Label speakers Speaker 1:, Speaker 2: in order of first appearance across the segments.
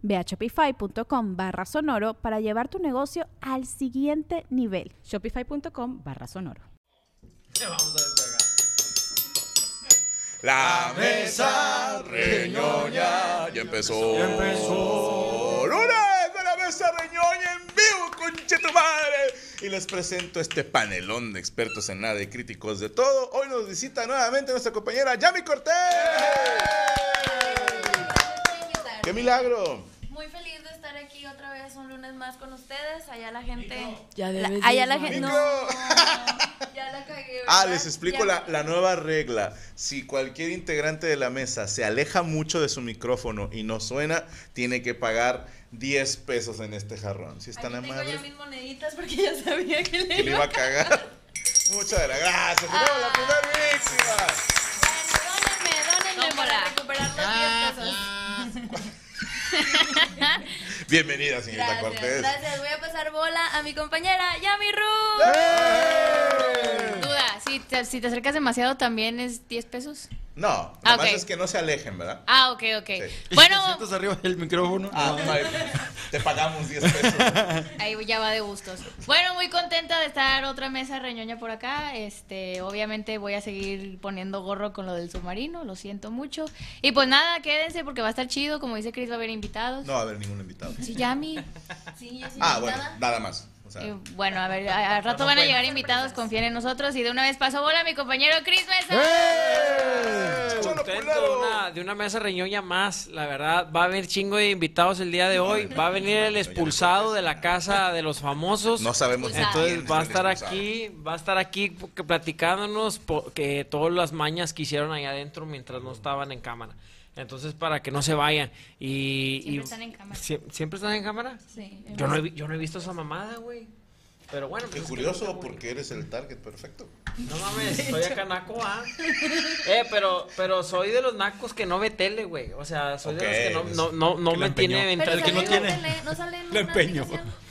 Speaker 1: Ve a shopify.com barra sonoro para llevar tu negocio al siguiente nivel.
Speaker 2: Shopify.com barra sonoro.
Speaker 3: Vamos a despegar. La mesa reñoña ya empezó.
Speaker 4: Ya empezó.
Speaker 3: ¡Lunes de la mesa reñoña en vivo, conche tu madre! Y les presento este panelón de expertos en nada y críticos de todo. Hoy nos visita nuevamente nuestra compañera Yami Cortés. ¡Qué milagro!
Speaker 5: Muy feliz de estar aquí otra vez un lunes más con ustedes. Allá la gente.
Speaker 6: Ya
Speaker 5: la-
Speaker 6: debes
Speaker 5: allá
Speaker 6: ir,
Speaker 5: la
Speaker 6: mami.
Speaker 5: gente. No,
Speaker 3: Nico.
Speaker 5: ya la cagué. ¿verdad?
Speaker 3: Ah, les explico
Speaker 5: Ya-
Speaker 3: la, la nueva regla. Si cualquier integrante de la mesa se aleja mucho de su micrófono y no suena, tiene que pagar 10 pesos en este jarrón.
Speaker 5: Aquí
Speaker 3: Si están
Speaker 5: tengo ya
Speaker 3: amables,
Speaker 5: mis moneditas porque ya sabía que le
Speaker 3: que le
Speaker 5: iba
Speaker 3: iba a cagar. Muchas gracias.
Speaker 7: Ah.
Speaker 3: Tenemos la primera víctima.
Speaker 5: Dónenme, dónenme para recuperar los 10
Speaker 4: Ah,
Speaker 5: pesos.
Speaker 3: ah. pues. Bienvenida, señorita
Speaker 5: Gracias,
Speaker 3: Cortés.
Speaker 5: gracias. Voy a pasar bola a mi compañera Yami Ru.
Speaker 3: ¡Eh!
Speaker 7: Duda, si te, si te acercas demasiado también es 10 pesos.
Speaker 3: No,
Speaker 7: Ah,
Speaker 3: lo más
Speaker 7: ok.
Speaker 3: es que no se alejen, ¿verdad?
Speaker 7: Ah, ok, ok.
Speaker 3: Sí.
Speaker 4: ¿Te
Speaker 7: Bueno,
Speaker 4: sientas arriba del micrófono?
Speaker 3: Ah, Mari, te pagamos 10 pesos.
Speaker 7: ahí ya va de gustos. Bueno, muy contenta de estar otra mesa reñoña por acá. Este, obviamente voy a seguir poniendo gorro con lo del submarino, lo siento mucho. Y pues nada, quédense porque va a estar chido, como dice Chris va a haber invitados.
Speaker 3: No va a haber ningún invitado.
Speaker 7: Sí, Yami.
Speaker 5: Sí, yo soy
Speaker 3: Ah, bueno,
Speaker 5: invitada.
Speaker 3: nada más. O sea,
Speaker 7: Eh, bueno, a ver, a- al rato van a llegar invitados, confíen en nosotros y de una vez paso bola a mi compañero Chris Mesa.
Speaker 3: ¡Eh! Cholo
Speaker 6: Contento de
Speaker 3: culero.
Speaker 6: una, de una mesa reñoña más, la verdad. Va a haber chingo de invitados el día de hoy. Va a venir el expulsado de la casa de los famosos.
Speaker 3: No sabemos
Speaker 7: Expulsado.
Speaker 3: quién
Speaker 6: Entonces
Speaker 3: es
Speaker 6: va a
Speaker 3: el
Speaker 6: estar
Speaker 3: expulsado.
Speaker 6: aquí, va a estar aquí porque platicándonos po- que todas las mañas que hicieron ahí adentro mientras no estaban en cámara. Entonces para que no se vayan y
Speaker 7: Siempre
Speaker 6: y-
Speaker 7: están en cámara.
Speaker 6: Sie- ¿Siempre están en cámara?
Speaker 7: Sí.
Speaker 6: Yo no he, vi- yo no he visto esa mamada, güey. Pero bueno, pues
Speaker 3: Qué
Speaker 6: es que
Speaker 3: curioso,
Speaker 6: nunca voy.
Speaker 3: porque eres el target perfecto.
Speaker 6: No mames, soy acá naco, ah. Eh, pero, pero soy de los nacos que no ve tele, güey. O sea, soy
Speaker 3: Ok,
Speaker 6: de los que
Speaker 3: pues,
Speaker 6: no, no, no, no
Speaker 4: que la
Speaker 6: me tiene
Speaker 4: empeñó.
Speaker 5: Pero
Speaker 6: mental.
Speaker 4: El que no
Speaker 5: sale en
Speaker 4: tiene.
Speaker 5: la tele, no sale en una
Speaker 4: Le empeño.
Speaker 5: aplicación.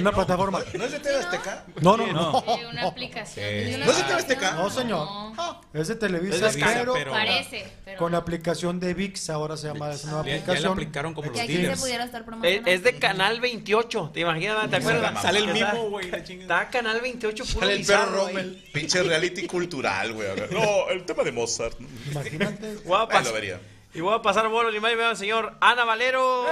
Speaker 8: Una plataforma.
Speaker 3: ¿No es de TV Azteca?
Speaker 8: No, no, no.
Speaker 7: Eh, una aplicación.
Speaker 3: Sí.
Speaker 7: una
Speaker 3: ¿No se te ves
Speaker 7: aplicación.
Speaker 3: teca?
Speaker 8: No, señor.
Speaker 7: No,
Speaker 8: Es de Televisa,
Speaker 4: Ah. Es de Televisa,
Speaker 8: pero,
Speaker 4: pero-
Speaker 7: parece, pero
Speaker 8: con la
Speaker 7: no.
Speaker 8: aplicación de VIX, ahora se llama esa nueva
Speaker 4: Ya- ya la
Speaker 8: aplicación.
Speaker 4: aplicaron como los
Speaker 5: Que aquí se
Speaker 4: dealers.
Speaker 5: pudiera estar
Speaker 6: Es,
Speaker 5: promocionando.
Speaker 6: Eh,
Speaker 4: eh.
Speaker 6: es de Canal 28, ¿te imaginas? ¿Te acuerdas?
Speaker 4: Sale el
Speaker 6: Está-
Speaker 4: mismo, güey. la chingada.
Speaker 6: Está Canal 28 puro
Speaker 4: Sale el
Speaker 6: bizarro,
Speaker 4: perro
Speaker 6: güey.
Speaker 4: Rommel.
Speaker 3: Pinche reality cultural, güey. No, el tema de Mozart.
Speaker 8: Imagínate.
Speaker 6: Voy a
Speaker 3: Ahí
Speaker 6: pas-
Speaker 3: lo vería.
Speaker 6: Y voy a pasar bolos y más y me va el señor Ana Valero.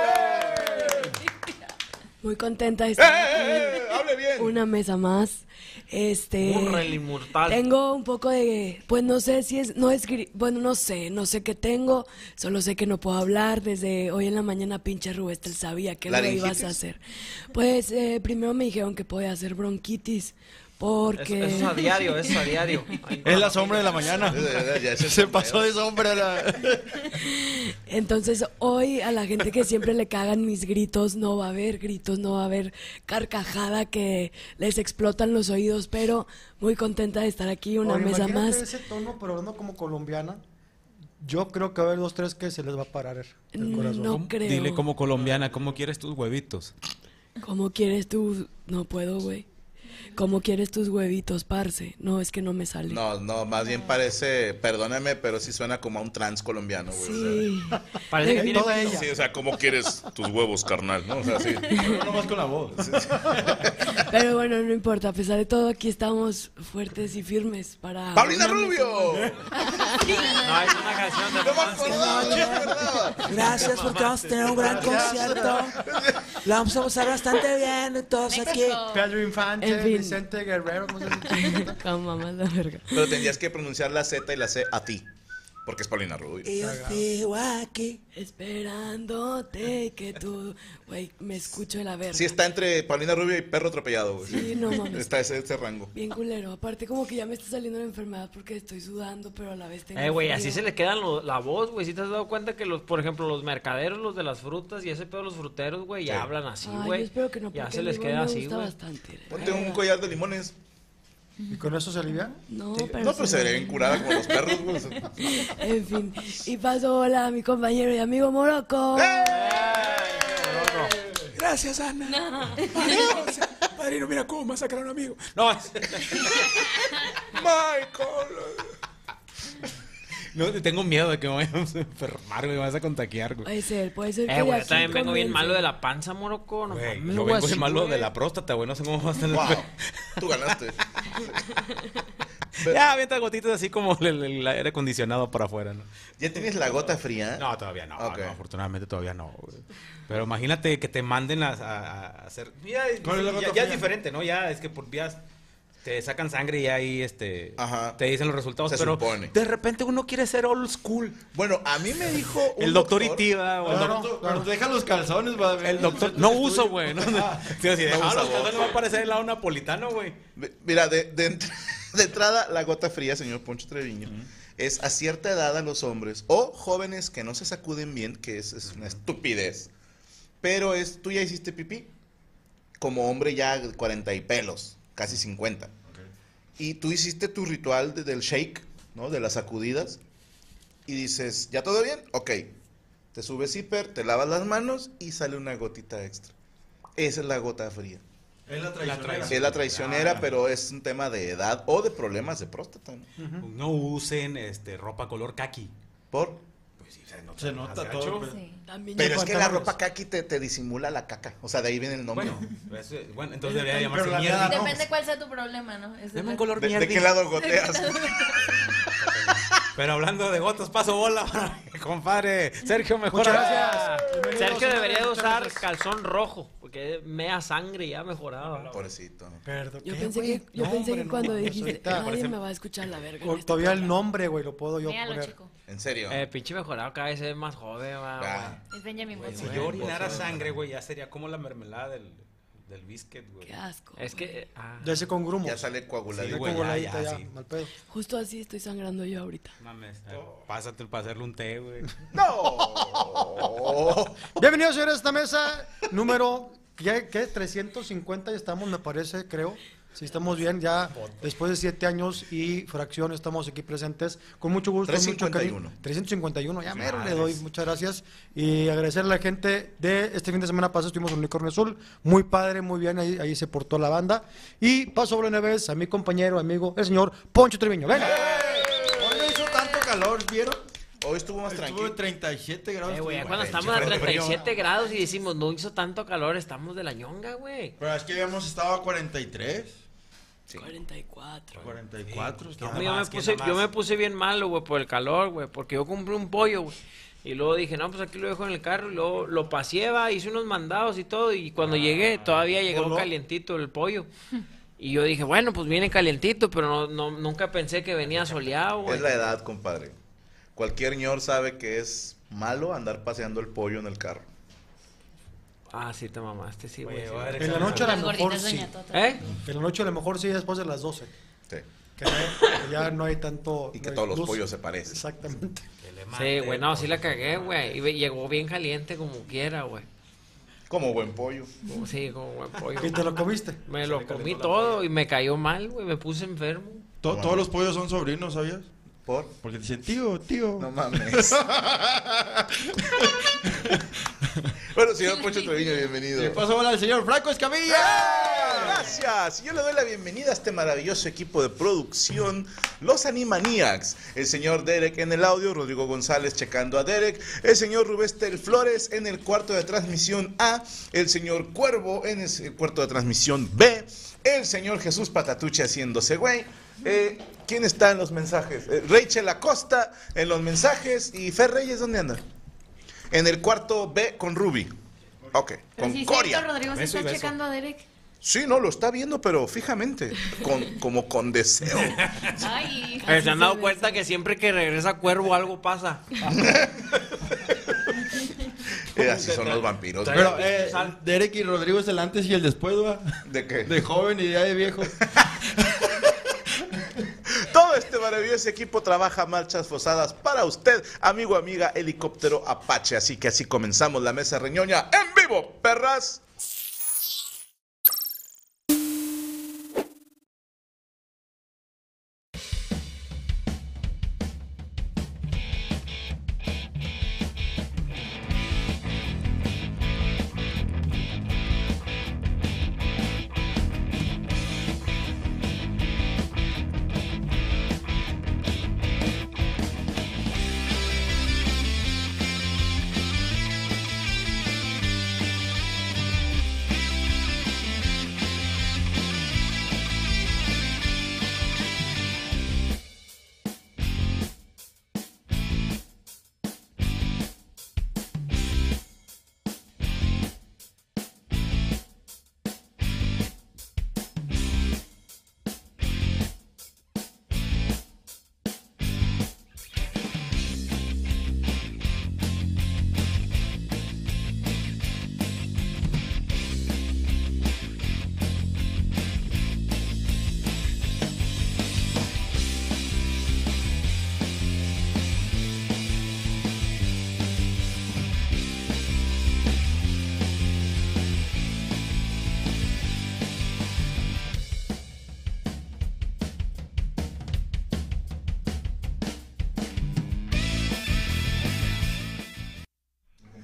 Speaker 9: Muy contenta de
Speaker 3: ¡Eh,
Speaker 9: estar
Speaker 3: eh, eh! ¡Hable bien!
Speaker 9: una mesa más. Este
Speaker 6: Urra, el inmortal.
Speaker 9: tengo un poco de pues no sé si es no es gri- bueno, no sé, no sé qué tengo, solo sé que no puedo hablar desde hoy en la mañana pinche Rubestel sabía que lo
Speaker 3: ¿Laringitis?
Speaker 9: ibas a hacer. Pues eh, primero me dijeron que podía hacer bronquitis
Speaker 6: Eso,
Speaker 9: porque
Speaker 6: eso es a diario, eso es a diario. Ay,
Speaker 4: Es la sombra de la mañana.
Speaker 3: Ya se
Speaker 4: Se pasó de sombra a la.
Speaker 9: Entonces hoy a la gente que siempre le cagan mis gritos, no va a haber gritos, no va a haber carcajada que les explotan los oídos, pero muy contenta de estar aquí, una
Speaker 8: Oye,
Speaker 9: mesa
Speaker 8: imagínate
Speaker 9: más.
Speaker 8: ese tono, pero hablando como colombiana, yo creo que va a haber dos, tres que se les va a parar
Speaker 10: Mm.
Speaker 8: el corazón.
Speaker 9: No creo.
Speaker 4: Dile como colombiana, ¿cómo quieres tus huevitos?
Speaker 9: ¿Cómo quieres tú? No puedo, güey. ¿Cómo quieres tus huevitos, parce? No, es que no me sale.
Speaker 3: No, no, más bien parece, perdóname, pero sí suena como a un trans colombiano, güey.
Speaker 9: Sí.
Speaker 6: Parece que
Speaker 8: En
Speaker 6: tiene
Speaker 8: toda
Speaker 3: O sea,
Speaker 8: ella.
Speaker 3: sí, o sea, ¿cómo quieres tus huevos, carnal? ¿No? O sea, sí.
Speaker 4: No nomás con la voz.
Speaker 9: Pero bueno, no importa. A pesar de todo, aquí estamos fuertes y firmes para...
Speaker 3: ¡Paulina
Speaker 9: una mesa
Speaker 3: Rubio!
Speaker 9: más.
Speaker 6: No, es una canción de
Speaker 3: ¡No me acordaba, no me acordaba!
Speaker 10: Gracias porque vamos a tener un gran concierto. La vamos a pasar bastante bien y todos aquí.
Speaker 7: México.
Speaker 8: Pedro Infante,
Speaker 9: En fin.
Speaker 8: Vicente Guerrero, no sé
Speaker 9: Con mamá la verga.
Speaker 3: Pero tendrías que pronunciar la Z y la C a ti. Porque es Paulina Rubio.
Speaker 10: Y yo sigo aquí.
Speaker 9: Esperándote y que tú, güey, me escucho de la verga.
Speaker 3: Sí, está entre Paulina Rubio y perro atropellado, güey.
Speaker 9: Sí, no mames.
Speaker 3: Está ese, ese rango.
Speaker 9: Bien culero. Aparte, como que ya me está saliendo la enfermedad porque estoy sudando, pero a la vez tengo.
Speaker 6: Eh, güey, así
Speaker 9: frío.
Speaker 6: se le quedan lo- la voz, güey. Si te has dado cuenta que, los, por ejemplo, los mercaderos, los de las frutas y ese pedo, los fruteros, güey, ya
Speaker 3: Sí.
Speaker 6: hablan así,
Speaker 9: Ay,
Speaker 6: güey.
Speaker 9: yo espero que no,
Speaker 6: ya
Speaker 9: porque
Speaker 6: se
Speaker 9: el
Speaker 6: les
Speaker 9: limón
Speaker 6: queda
Speaker 9: me
Speaker 6: así,
Speaker 9: gusta
Speaker 6: güey.
Speaker 9: bastante.
Speaker 3: Ponte un collar de limones.
Speaker 8: ¿Y con eso se alivian?
Speaker 9: No,
Speaker 3: Sí.
Speaker 9: pero.
Speaker 3: no, pero
Speaker 9: sí
Speaker 3: se
Speaker 9: me-
Speaker 3: vería bien curada como los perros, güey.
Speaker 9: En fin. Y paso hola a mi compañero y amigo Morocco.
Speaker 10: Gracias, Ana. Padrino, padrino, mira cómo masacraron a un amigo.
Speaker 4: No, es-
Speaker 3: Michael.
Speaker 4: no, tengo miedo de que me vayas a enfermar, güey. Me vas a contagiar, güey.
Speaker 9: Puede ser, puede ser.
Speaker 6: Eh,
Speaker 9: que
Speaker 6: güey,
Speaker 9: de
Speaker 6: yo
Speaker 9: aquí
Speaker 6: también vengo bien
Speaker 9: comience.
Speaker 6: malo de la panza, moroco. No
Speaker 4: Güey,
Speaker 6: mames,
Speaker 4: yo
Speaker 6: güey,
Speaker 4: vengo
Speaker 6: así,
Speaker 4: bien malo
Speaker 6: güey.
Speaker 4: de la próstata, güey. No sé cómo vas a tener.
Speaker 3: Wow. Tú ganaste.
Speaker 4: Ya, avienta gotitas así como el, el aire acondicionado para afuera, ¿no?
Speaker 3: ¿Ya tienes la gota fría?
Speaker 4: No, todavía no,
Speaker 3: Ok.
Speaker 4: no, afortunadamente todavía no. güey. Pero imagínate que te manden a, a- a hacer... Mira,
Speaker 8: ¿Cuál es la
Speaker 4: ya- ya,
Speaker 8: gota fría?
Speaker 4: es diferente, ¿no? Ya es que por vías te sacan sangre y ahí este,
Speaker 3: Ajá.
Speaker 4: te dicen los resultados.
Speaker 3: Se
Speaker 4: pero
Speaker 3: supone.
Speaker 4: de repente uno quiere ser old school.
Speaker 3: Bueno, a mí me dijo un
Speaker 4: El doctor ah, Itiva o el
Speaker 8: No, no,
Speaker 4: doc-
Speaker 8: pero te dejan los calzones, va a ver.
Speaker 4: El doctor... No uso, güey. No, no. Sí, así de,
Speaker 3: No
Speaker 4: "Ah,
Speaker 3: usa
Speaker 4: los calzones
Speaker 3: voz".
Speaker 4: no va a parecer el lado napolitano, güey.
Speaker 3: Mi- Mira, de, de ent- de entrada, la gota fría, señor Poncho Treviño, es a cierta edad a los hombres o jóvenes que no se sacuden bien, que es, es una estupidez. Pero es, tú ya hiciste pipí, como hombre ya de 40 y pelos, casi 50. Y tú hiciste tu ritual de- del shake, ¿no? De las sacudidas. Y dices, ¿ya todo bien? Ok. Te subes hiper, te lavas las manos y sale una gotita extra. Esa es la gota fría.
Speaker 8: Es la
Speaker 3: Es la traicionera,
Speaker 8: Ah.
Speaker 3: pero es un tema de edad o de problemas de próstata. ¿no?
Speaker 4: No usen este, ropa color Pues kaki.
Speaker 3: Por.
Speaker 8: Se nota todo. pero-
Speaker 9: También
Speaker 3: Pero
Speaker 9: yo
Speaker 3: es que la
Speaker 9: pantalones.
Speaker 3: ropa kaki te, te disimula la caca. O sea, de ahí viene el nombre.
Speaker 4: Bueno, pues, eh, bueno, entonces debería llamarse
Speaker 8: Pero la
Speaker 4: mierda.
Speaker 8: mierda no.
Speaker 5: Depende cuál sea tu problema, ¿no? Es
Speaker 4: Dame un
Speaker 5: el-
Speaker 4: color
Speaker 3: ¿De,
Speaker 4: mierda.
Speaker 3: de qué lado goteas?
Speaker 4: Pero hablando de gotas, paso bola para mi compadre. Sergio, mejor
Speaker 8: Muchas
Speaker 4: ahora.
Speaker 8: gracias. Bienvenidos
Speaker 6: Sergio
Speaker 8: a una
Speaker 6: debería de
Speaker 8: de
Speaker 6: usar
Speaker 8: terrazas.
Speaker 6: calzón rojo, porque mea sangre ya mejoraba.
Speaker 3: Pobrecito.
Speaker 8: Perdón.
Speaker 9: Yo
Speaker 6: eh,
Speaker 8: ¿qué,
Speaker 9: pensé
Speaker 8: güey?
Speaker 9: que, yo
Speaker 8: No,
Speaker 9: pensé
Speaker 8: hombre,
Speaker 9: que
Speaker 8: no,
Speaker 9: cuando
Speaker 8: no,
Speaker 9: dijiste,
Speaker 8: ahorita-
Speaker 9: nadie me va a escuchar la verga. en
Speaker 8: O-
Speaker 9: este
Speaker 8: Todavía el
Speaker 9: programa".
Speaker 8: nombre, güey, lo puedo yo
Speaker 7: Míralo,
Speaker 8: poner.
Speaker 7: chico.
Speaker 3: En serio.
Speaker 6: Eh, pinche mejorado cada vez es más joven, va,
Speaker 3: Ah.
Speaker 6: güey.
Speaker 7: Es Benjamin
Speaker 4: Si
Speaker 7: Button.
Speaker 4: yo orinara sangre, güey, ya sería como la mermelada del, del biscuit, güey.
Speaker 9: Qué asco.
Speaker 6: Es
Speaker 9: güey.
Speaker 6: que. eh, ah.
Speaker 8: Ya se con grumo.
Speaker 3: Ya sale
Speaker 8: Ya
Speaker 3: coaguladito.
Speaker 4: Sí, güey,
Speaker 8: con
Speaker 4: ya,
Speaker 8: goladita,
Speaker 4: ya,
Speaker 8: ya,
Speaker 4: sí.
Speaker 8: mal pedo.
Speaker 9: Justo así estoy sangrando yo ahorita.
Speaker 4: Mames, eh, pásate para hacerle un té, güey.
Speaker 3: ¡No!
Speaker 8: Bienvenidos, señores, a esta mesa número, ¿qué? qué? 350 ya estamos, me parece, creo. Si estamos bien, ya después de siete años y fracción estamos aquí presentes. Con mucho gusto, con mucho cariño.
Speaker 3: 351.
Speaker 8: 351, ya mero le doy, muchas gracias. Y agradecer a la gente de este fin de semana pasado, estuvimos en Unicornio Azul. Muy padre, muy bien, ahí, ahí se portó la banda. Y paso a una vez a mi compañero, amigo, el señor Poncho Treviño. Venga.
Speaker 11: Hoy no hizo tanto calor, ¿vieron?
Speaker 3: Hoy estuvo más
Speaker 11: Estuvo
Speaker 3: tranquilo.
Speaker 11: 37 grados.
Speaker 6: Eh, güey, ya
Speaker 11: estuvo
Speaker 6: cuando
Speaker 11: bueno.
Speaker 6: estamos a
Speaker 11: Pero frío.
Speaker 6: 37 grados y decimos, no hizo tanto calor, estamos de la ñonga, güey.
Speaker 11: Pero es que habíamos estado a 43,
Speaker 9: 44.
Speaker 11: 44.
Speaker 6: No,
Speaker 11: estaba-
Speaker 6: hombre, yo, me
Speaker 4: más, ¿quién
Speaker 6: puse,
Speaker 4: da
Speaker 6: yo
Speaker 4: más?
Speaker 6: me puse bien malo, güey, por el calor, güey, porque yo compré un pollo, güey. Y luego dije, no, pues aquí lo dejo en el carro, y luego lo paseé, va, hice unos mandados y todo, y cuando llegué, todavía llegó
Speaker 11: voló.
Speaker 6: calientito el pollo. Y yo dije, bueno, pues viene calientito, pero no, no- nunca pensé que venía soleado, güey.
Speaker 3: Es la edad, compadre. Cualquier ñor sabe que es malo andar paseando el pollo en el carro.
Speaker 6: Ah, sí, te mamaste, sí, güey. Pues sí.
Speaker 8: En la noche a
Speaker 7: Las
Speaker 8: lo mejor
Speaker 7: gorditas
Speaker 8: sí.
Speaker 7: Doña Tota.
Speaker 6: ¿Eh?
Speaker 8: En la noche a lo mejor sí, después de las 12.
Speaker 3: Sí.
Speaker 8: Que ya, que ya no hay tanto.
Speaker 3: Y que
Speaker 8: no hay
Speaker 3: todos los
Speaker 8: luz.
Speaker 3: pollos se parecen.
Speaker 8: Exactamente.
Speaker 6: Sí, güey, no, sí la cagué, güey. Y ve- llegó bien caliente como quiera, güey.
Speaker 3: Como buen pollo.
Speaker 6: Sí, como buen pollo.
Speaker 8: ¿Y te lo comiste?
Speaker 6: Me lo comí todo y me cayó mal, güey. Me puse enfermo.
Speaker 11: To- todos los pollos son sobrinos, ¿sabías?
Speaker 3: Por.
Speaker 11: Porque te dicen, tío, tío.
Speaker 3: No mames. bueno, señor Poncho Treviño, bienvenido. ¡Eh!
Speaker 11: Le pasó bola al señor Franco Escamilla.
Speaker 3: Gracias. Y Yo le doy la bienvenida a este maravilloso equipo de producción, los Animaniacs. El señor Derek en el audio, Rodrigo González checando a Derek, el señor Rubestel Flores en el cuarto de transmisión A, el señor Cuervo en es- el cuarto de transmisión B, el señor Jesús Patatuche haciéndose güey. Eh, ¿Quién está en los mensajes? Eh, Rachel Acosta en los mensajes y Fer Reyes, ¿dónde anda? En el cuarto B con Ruby. Ok,
Speaker 7: Pero
Speaker 3: con
Speaker 7: sí,
Speaker 3: Coria.
Speaker 7: Héctor Rodríguez está checando a Derek.
Speaker 3: Sí, no, lo está viendo, pero fijamente, con, como con deseo.
Speaker 7: Ay,
Speaker 6: Eh, Se han dado cuenta que siempre que regresa Cuervo algo pasa.
Speaker 3: Eh, así son los vampiros.
Speaker 11: Pero eh, Derek y Rodrigo es el antes y el después, ¿va?
Speaker 3: ¿De qué?
Speaker 11: De joven y ya de viejo.
Speaker 3: Todo este maravilloso equipo trabaja marchas forzadas para usted, amigo, amiga, helicóptero Apache. Así que así comenzamos la mesa reñoña en vivo, perras.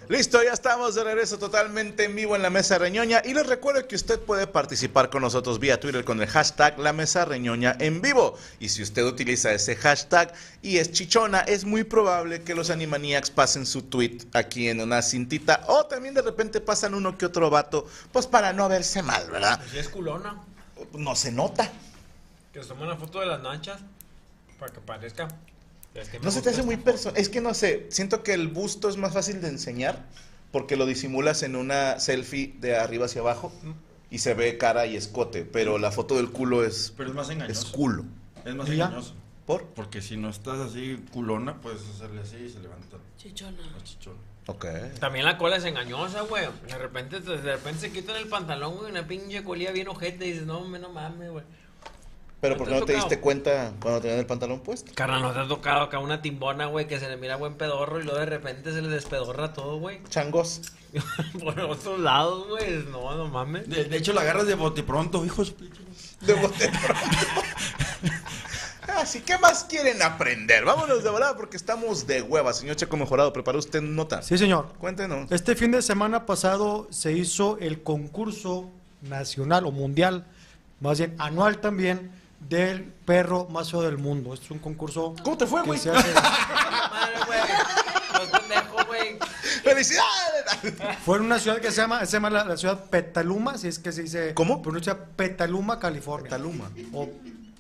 Speaker 3: Listo, ya estamos de regreso totalmente en vivo en la mesa reñoña. Y les recuerdo que usted puede participar con nosotros vía Twitter con el hashtag la mesa reñoña en vivo. Y si usted utiliza ese hashtag y es chichona, es muy probable que los Animaniacs pasen su tweet aquí en una cintita. O también de repente pasan uno que otro vato, pues para no verse mal, ¿verdad?
Speaker 6: Si es culona,
Speaker 3: No se nota.
Speaker 6: que se tome una foto de las nachas para que parezca. Es que me
Speaker 3: No se
Speaker 6: gusta
Speaker 3: te hace
Speaker 6: esta
Speaker 3: muy personal. Es que no sé, siento que el busto es más fácil de enseñar porque lo disimulas en una selfie de arriba hacia abajo y se ve cara y escote, pero la foto del culo es...
Speaker 11: Pero es más engañoso.
Speaker 3: Es culo.
Speaker 11: Es más
Speaker 3: ¿Y ya?
Speaker 11: engañoso.
Speaker 3: ¿Por?
Speaker 11: Porque si no estás así culona, pues- puedes hacerle así y se levanta. Chichona. chichona.
Speaker 3: Ok.
Speaker 6: También la cola es engañosa, güey. De repente, de repente se quitan el pantalón, güey, una pinche colilla bien ojete y dices, no, me no mames, güey.
Speaker 3: Pero ¿por
Speaker 6: te
Speaker 3: qué
Speaker 6: ha
Speaker 3: no te
Speaker 6: tocado?
Speaker 3: diste cuenta cuando tenías el pantalón puesto?
Speaker 6: Carnal, nos ha tocado acá una timbona, güey, que se le mira buen pedorro y luego de repente se le despedorra todo, güey.
Speaker 3: Changos.
Speaker 6: Por otros lados, güey. No, no mames.
Speaker 11: De, de hecho, la agarras de bote pronto, hijos.
Speaker 3: De bote Así, Ah, ¿qué más quieren aprender? Vámonos de volada porque estamos de hueva. Señor Checo Mejorado, ¿preparó usted nota?
Speaker 8: Sí, señor.
Speaker 3: Cuéntenos.
Speaker 8: Este fin de semana pasado se hizo el concurso nacional o mundial, más bien anual también, del perro más feo del mundo. Este es un concurso.
Speaker 3: ¿Cómo te fue,
Speaker 8: que
Speaker 3: güey?
Speaker 8: se hace-
Speaker 3: ¡Felicidades!
Speaker 8: Fue en una ciudad que se llama, se llama la, la ciudad Petaluma, si es que se dice.
Speaker 3: ¿Cómo?
Speaker 8: Pronuncia Petaluma, California. Petaluma. O,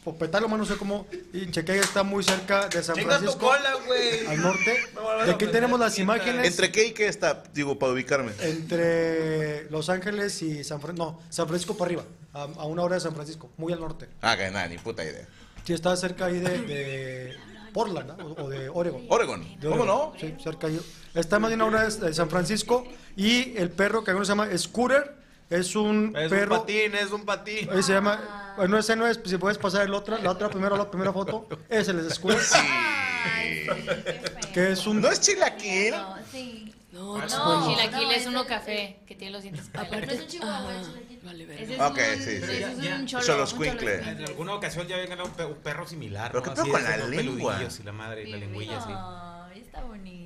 Speaker 8: o Petaluma, no sé cómo. Y chequea, está muy cerca de San
Speaker 6: Chinga tu
Speaker 8: Francisco.
Speaker 6: cola, güey.
Speaker 8: Al norte.
Speaker 6: Me voy a
Speaker 8: Y aquí
Speaker 6: ofender,
Speaker 8: tenemos las
Speaker 6: puta.
Speaker 8: imágenes.
Speaker 3: ¿Entre qué y qué está? Digo, para ubicarme.
Speaker 8: entre Los Ángeles y San Francisco, no, San Francisco para arriba, a, a una hora de San Francisco, muy al norte.
Speaker 3: Ah, que nada, ni puta idea.
Speaker 8: Sí, está cerca ahí de, de Portland ¿no? o, o de Oregon.
Speaker 3: Oregon,
Speaker 8: De
Speaker 3: ¿cómo no?
Speaker 8: Sí, cerca ahí. Está más bien a una hora de San Francisco y el perro que algunos se llama Scooter es un
Speaker 11: Es
Speaker 8: perro.
Speaker 11: un patín, es un patín.
Speaker 8: ahí se llama, bueno, ese no es, si puedes pasar el otra, la otra primero, la primera foto, ese es el Scooter. Que es un.
Speaker 3: ¿No es chilaquil?
Speaker 7: Sí.
Speaker 9: No,
Speaker 7: No,
Speaker 8: bueno.
Speaker 7: chilaquil
Speaker 5: No,
Speaker 7: es
Speaker 5: es
Speaker 7: uno
Speaker 5: el-
Speaker 7: café que tiene los dientes.
Speaker 5: Aparte-
Speaker 7: es un chihuahua, vale, Ese es
Speaker 3: Ok,
Speaker 7: un-
Speaker 3: sí,
Speaker 7: ese
Speaker 3: sí.
Speaker 7: es un
Speaker 3: Ya.
Speaker 7: cholo,
Speaker 3: Cholos
Speaker 7: un cholo
Speaker 3: cuincle.
Speaker 7: escuincle.
Speaker 4: En alguna ocasión ya había ganado un pe- un perro similar. ¿no?
Speaker 3: Pero qué pedo
Speaker 4: Así
Speaker 3: con
Speaker 4: de
Speaker 3: la
Speaker 4: esos
Speaker 3: lengua.
Speaker 4: peludillos Y la madre y la lengüilla, sí.
Speaker 5: Ay, está bonito.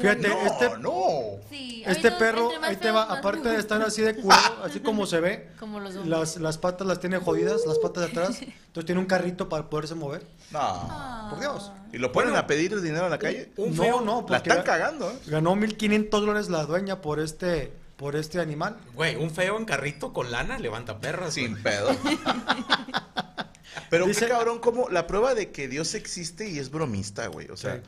Speaker 8: Fíjate,
Speaker 3: No,
Speaker 8: este,
Speaker 3: no.
Speaker 5: Sí, ay,
Speaker 8: este
Speaker 5: no,
Speaker 8: perro,
Speaker 5: entre más
Speaker 8: ahí te
Speaker 5: feos,
Speaker 8: va,
Speaker 5: más
Speaker 8: aparte
Speaker 5: me
Speaker 8: de estar
Speaker 5: gustan.
Speaker 8: así de curado, así como se ve,
Speaker 5: Como los hombres.
Speaker 8: las, las patas las tiene jodidas, las patas de atrás, entonces tiene un carrito para poderse mover.
Speaker 6: Ah.
Speaker 3: No.
Speaker 8: Por Dios.
Speaker 3: ¿Y lo ponen a pedir dinero en la calle?
Speaker 8: No, no,
Speaker 3: La
Speaker 8: porque
Speaker 3: están cagando, ¿eh?
Speaker 8: ganó 1500 dólares la dueña por este por este animal.
Speaker 4: Güey, un feo en carrito con lana levanta perros.
Speaker 3: Sin pedo. Pero qué cabrón, como la prueba de que Dios existe y es bromista, güey. O sea,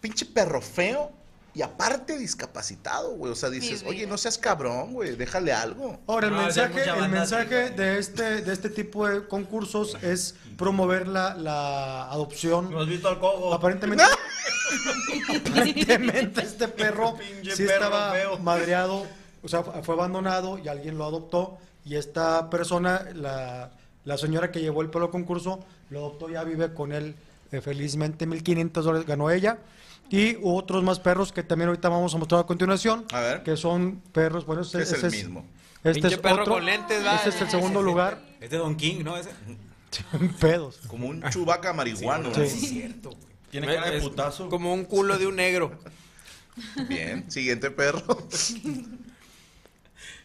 Speaker 3: pinche perro feo Y aparte discapacitado, güey. O sea, dices,
Speaker 8: Mi
Speaker 3: oye, no seas cabrón, güey, déjale algo.
Speaker 8: Ahora, el mensaje, el mensaje de, este, de este tipo de concursos es promover la, la adopción. ¿No has visto al cojo? Aparentemente, aparentemente este perro sí
Speaker 11: perro
Speaker 8: estaba
Speaker 11: feo.
Speaker 8: madreado, o sea, fue abandonado y alguien lo adoptó. Y esta persona, la, la señora que llevó el perro al concurso, lo adoptó, ya vive con él eh, felizmente. 1.500 dólares ganó ella. Y otros más perros que también ahorita vamos a mostrar a continuación. Que son perros, bueno, ese-
Speaker 3: Es el
Speaker 8: ese
Speaker 3: mismo.
Speaker 8: Este
Speaker 4: Pinche
Speaker 8: es
Speaker 4: perro
Speaker 8: otro.
Speaker 4: con lentes, va.
Speaker 8: Este es el segundo lugar.
Speaker 4: Es de Don King, ¿no? Ese. Ah.
Speaker 8: Pedos.
Speaker 3: Como un chubaca marihuano.
Speaker 8: Sí.
Speaker 3: güey.
Speaker 8: Sí, es
Speaker 4: cierto,
Speaker 11: Tiene cara de putazo.
Speaker 3: Como un culo de un negro. Bien, siguiente perro.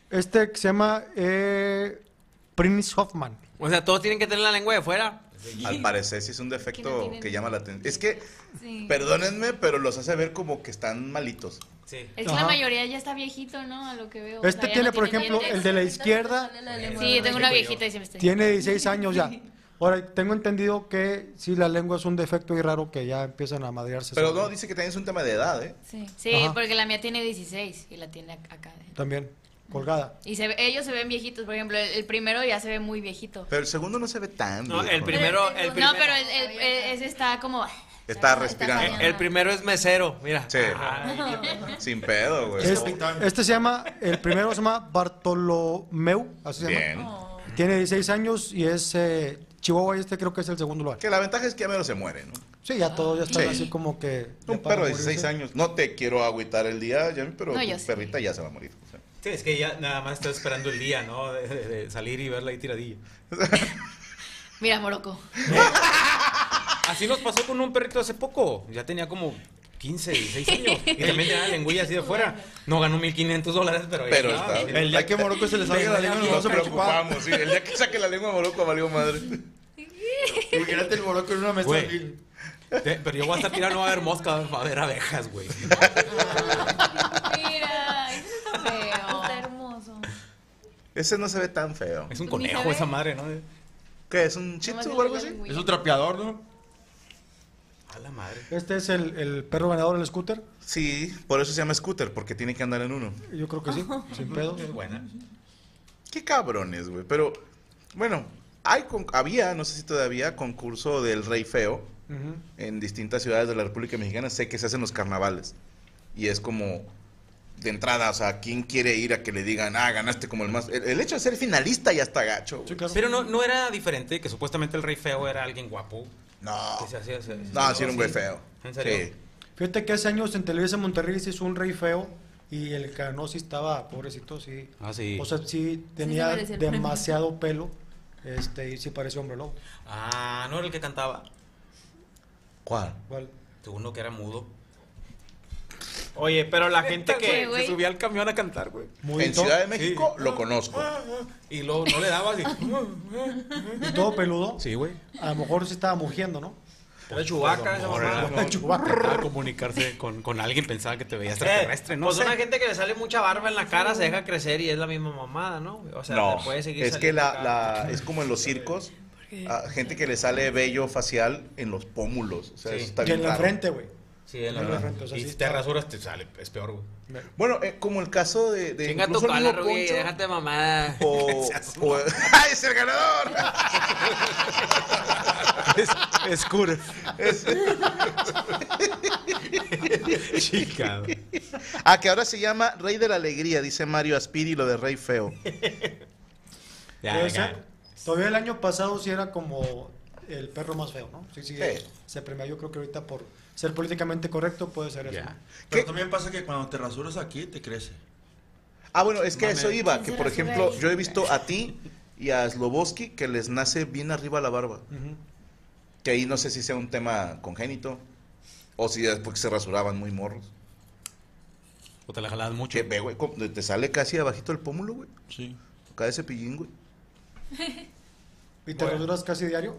Speaker 8: Este que se llama eh, Prince Hoffman.
Speaker 6: O sea, todos tienen que tener la lengua de fuera.
Speaker 3: Al parecer sí es un
Speaker 6: Que no
Speaker 3: defecto
Speaker 6: tienen-
Speaker 3: que llama la atención. Es que,
Speaker 7: Sí.
Speaker 3: perdónenme, pero los hace ver como que están malitos.
Speaker 4: Sí.
Speaker 7: Es que la mayoría ya está viejito, ¿no? A lo que veo. O
Speaker 8: Este
Speaker 7: sea, ya
Speaker 8: tiene,
Speaker 7: no
Speaker 8: por
Speaker 7: tiene
Speaker 8: ejemplo,
Speaker 7: dientes.
Speaker 8: el de la izquierda.
Speaker 7: Sí, yo tengo una viejita y siempre está.
Speaker 8: Tiene 16 años ya. Ahora, tengo entendido que sí, la lengua es un defecto y raro que ya empiezan a madrearse.
Speaker 3: Pero no, dice que también es un tema de edad, ¿eh?
Speaker 7: Sí, Sí,
Speaker 8: Ajá.
Speaker 7: porque la mía tiene 16 y la tiene ac- acá.
Speaker 8: También, colgada.
Speaker 7: Y se ve- ellos se ven viejitos, por ejemplo, el, el primero ya se ve muy viejito.
Speaker 3: Pero el segundo no se ve tan.
Speaker 6: No,
Speaker 3: viejo. ¿eh?
Speaker 6: el primero- el
Speaker 7: no, pero el, el- el- ese está como...
Speaker 3: Está respirando.
Speaker 6: El primero es mesero, mira.
Speaker 3: Sí. Sin pedo, güey.
Speaker 8: Este, este se llama, el primero se llama Bartolomeu, así se
Speaker 3: Bien.
Speaker 8: llama. Tiene 16 años y es eh, Chihuahua y este creo que es el segundo lugar.
Speaker 3: Que la ventaja es que a menos se muere, ¿no?
Speaker 8: Sí, ya todos ya están
Speaker 3: Sí.
Speaker 8: así como que... ya
Speaker 3: Un
Speaker 8: para
Speaker 3: perro de 16
Speaker 8: morirse.
Speaker 3: años. No te quiero agüitar el día, Jamie, pero
Speaker 4: No,
Speaker 3: tu
Speaker 4: yo sí.
Speaker 3: perrita ya se va a morir. o sea.
Speaker 4: Sí, es que ya nada más está esperando el día, ¿no? De, de- de salir y verla ahí tiradilla.
Speaker 7: Mira, Moroco.
Speaker 4: Así nos pasó con un perrito hace poco. Ya tenía como 15, 16 años. Y también tenía la lengüilla así de fuera. No ganó 1500 dólares, pero... ahí
Speaker 3: Pero
Speaker 4: estaba.
Speaker 3: está. El día que Morocco se le salga la lengua, nos vamos a preocupar. Sí, el día que saque la lengua Moroco valió madre. Imagínate el Moroco en una mesa
Speaker 4: Güey. Te- pero yo voy a estar tirando, no va a haber mosca, va a haber abejas, güey.
Speaker 7: Mira, ese está feo. Está hermoso.
Speaker 3: Ese no se ve tan feo.
Speaker 4: Es un
Speaker 7: Ni conejo se ve. esa
Speaker 4: madre, ¿no?
Speaker 3: ¿Qué? ¿Es un shih
Speaker 7: Nomás
Speaker 3: tzu
Speaker 7: le
Speaker 3: o algo
Speaker 7: duele
Speaker 3: así?
Speaker 7: muy
Speaker 11: Es un trapeador, ¿no?
Speaker 4: A la madre.
Speaker 8: Este es el, el perro ganador del scooter,
Speaker 3: Sí, por eso se llama scooter, porque tiene que andar en uno.
Speaker 8: yo creo que sí, sin pedo.
Speaker 4: Buena.
Speaker 3: Qué cabrones, güey. Pero, bueno, hay con- había, no sé si todavía, concurso del Rey Feo
Speaker 8: Ujú.
Speaker 3: en distintas ciudades de la República Mexicana. Sé que se hacen los carnavales. Y es como de entrada, o sea, ¿quién quiere ir a que le digan, ah, ganaste como el más. El, el hecho de ser finalista ya está gacho. güey.
Speaker 4: Pero no, no era diferente, que supuestamente el rey feo era alguien guapo.
Speaker 3: No.
Speaker 4: Que se hacía, se-
Speaker 3: No, sí era un güey feo.
Speaker 4: ¿En serio?
Speaker 3: Sí.
Speaker 8: Fíjate que hace años en Televisa Monterrey se hizo un rey feo y el cano sí estaba, pobrecito, sí.
Speaker 4: Ah, sí.
Speaker 8: O sea, sí
Speaker 4: se
Speaker 8: tenía
Speaker 4: merecía el premio.
Speaker 8: demasiado pelo este, y sí parecía hombre lobo.
Speaker 4: Ah, no era el que cantaba.
Speaker 3: ¿Cuál?
Speaker 8: ¿Cuál?
Speaker 4: Uno que era mudo. Oye, pero la gente
Speaker 6: Sí,
Speaker 4: que
Speaker 6: güey.
Speaker 4: se subía al camión a cantar, güey.
Speaker 3: En Ciudad de México lo conozco.
Speaker 4: Y luego no le daba así.
Speaker 8: ¿Y todo peludo?
Speaker 4: Sí, güey.
Speaker 8: A lo mejor sí estaba mugiendo, ¿no?
Speaker 4: Era Chewbacca, esa mamá.
Speaker 8: Era Chewbacca.
Speaker 4: Intentaba comunicarse con, con alguien, pensaba que te veía extraterrestre, no
Speaker 6: pues
Speaker 4: sé.
Speaker 6: una gente que le sale mucha barba en la cara se deja crecer y es la misma mamada, ¿no? O sea,
Speaker 3: no,
Speaker 6: te puede seguir
Speaker 3: es que
Speaker 6: saliendo
Speaker 3: la,
Speaker 6: acá.
Speaker 3: la- es como en los circos, a gente que le sale vello facial en los pómulos, o sea,
Speaker 4: Sí.
Speaker 3: eso está
Speaker 8: Y
Speaker 3: bien
Speaker 8: en la
Speaker 3: raro.
Speaker 8: frente, güey.
Speaker 4: Sí, en
Speaker 3: En
Speaker 4: la
Speaker 3: la
Speaker 4: frente.
Speaker 3: frente, o sea,
Speaker 4: y
Speaker 3: sí
Speaker 4: si te
Speaker 3: está-
Speaker 4: rasuras, te sale, es peor, güey.
Speaker 3: Bueno, eh, como el caso de, de
Speaker 6: Chinga tu
Speaker 3: incluso el
Speaker 6: cola,
Speaker 3: mismo
Speaker 6: Rubí,
Speaker 3: Poncho,
Speaker 6: déjate mamada.
Speaker 3: o, o- ¡Ay, es el ganador!
Speaker 4: es cura. Chica.
Speaker 3: Ah, que ahora se llama Rey de la Alegría, dice Mario Aspiri, lo de Rey Feo.
Speaker 8: Puede ser. Todavía el año pasado sí era como el perro más feo, ¿no? Sí, sí.
Speaker 11: Sí.
Speaker 8: Se premia, yo creo que ahorita por ser políticamente correcto puede ser eso.
Speaker 11: Ya. Pero también pasa que cuando te rasuras aquí, te crece.
Speaker 3: Ah, bueno, es que a
Speaker 11: Mame.
Speaker 3: eso iba, que
Speaker 11: Será
Speaker 3: por
Speaker 11: su
Speaker 3: ejemplo,
Speaker 11: rey.
Speaker 3: yo he visto a ti y a Sloboski que les nace bien arriba la barba.
Speaker 8: Ujú.
Speaker 3: Que ahí no sé si sea un tema congénito o si es porque se rasuraban muy morros.
Speaker 4: O te la jalabas mucho.
Speaker 3: Que ve, güey, como- te sale casi abajito el pómulo, güey.
Speaker 11: Sí.
Speaker 3: Acá de cepillín, güey.
Speaker 8: ¿Y te rasuras casi diario?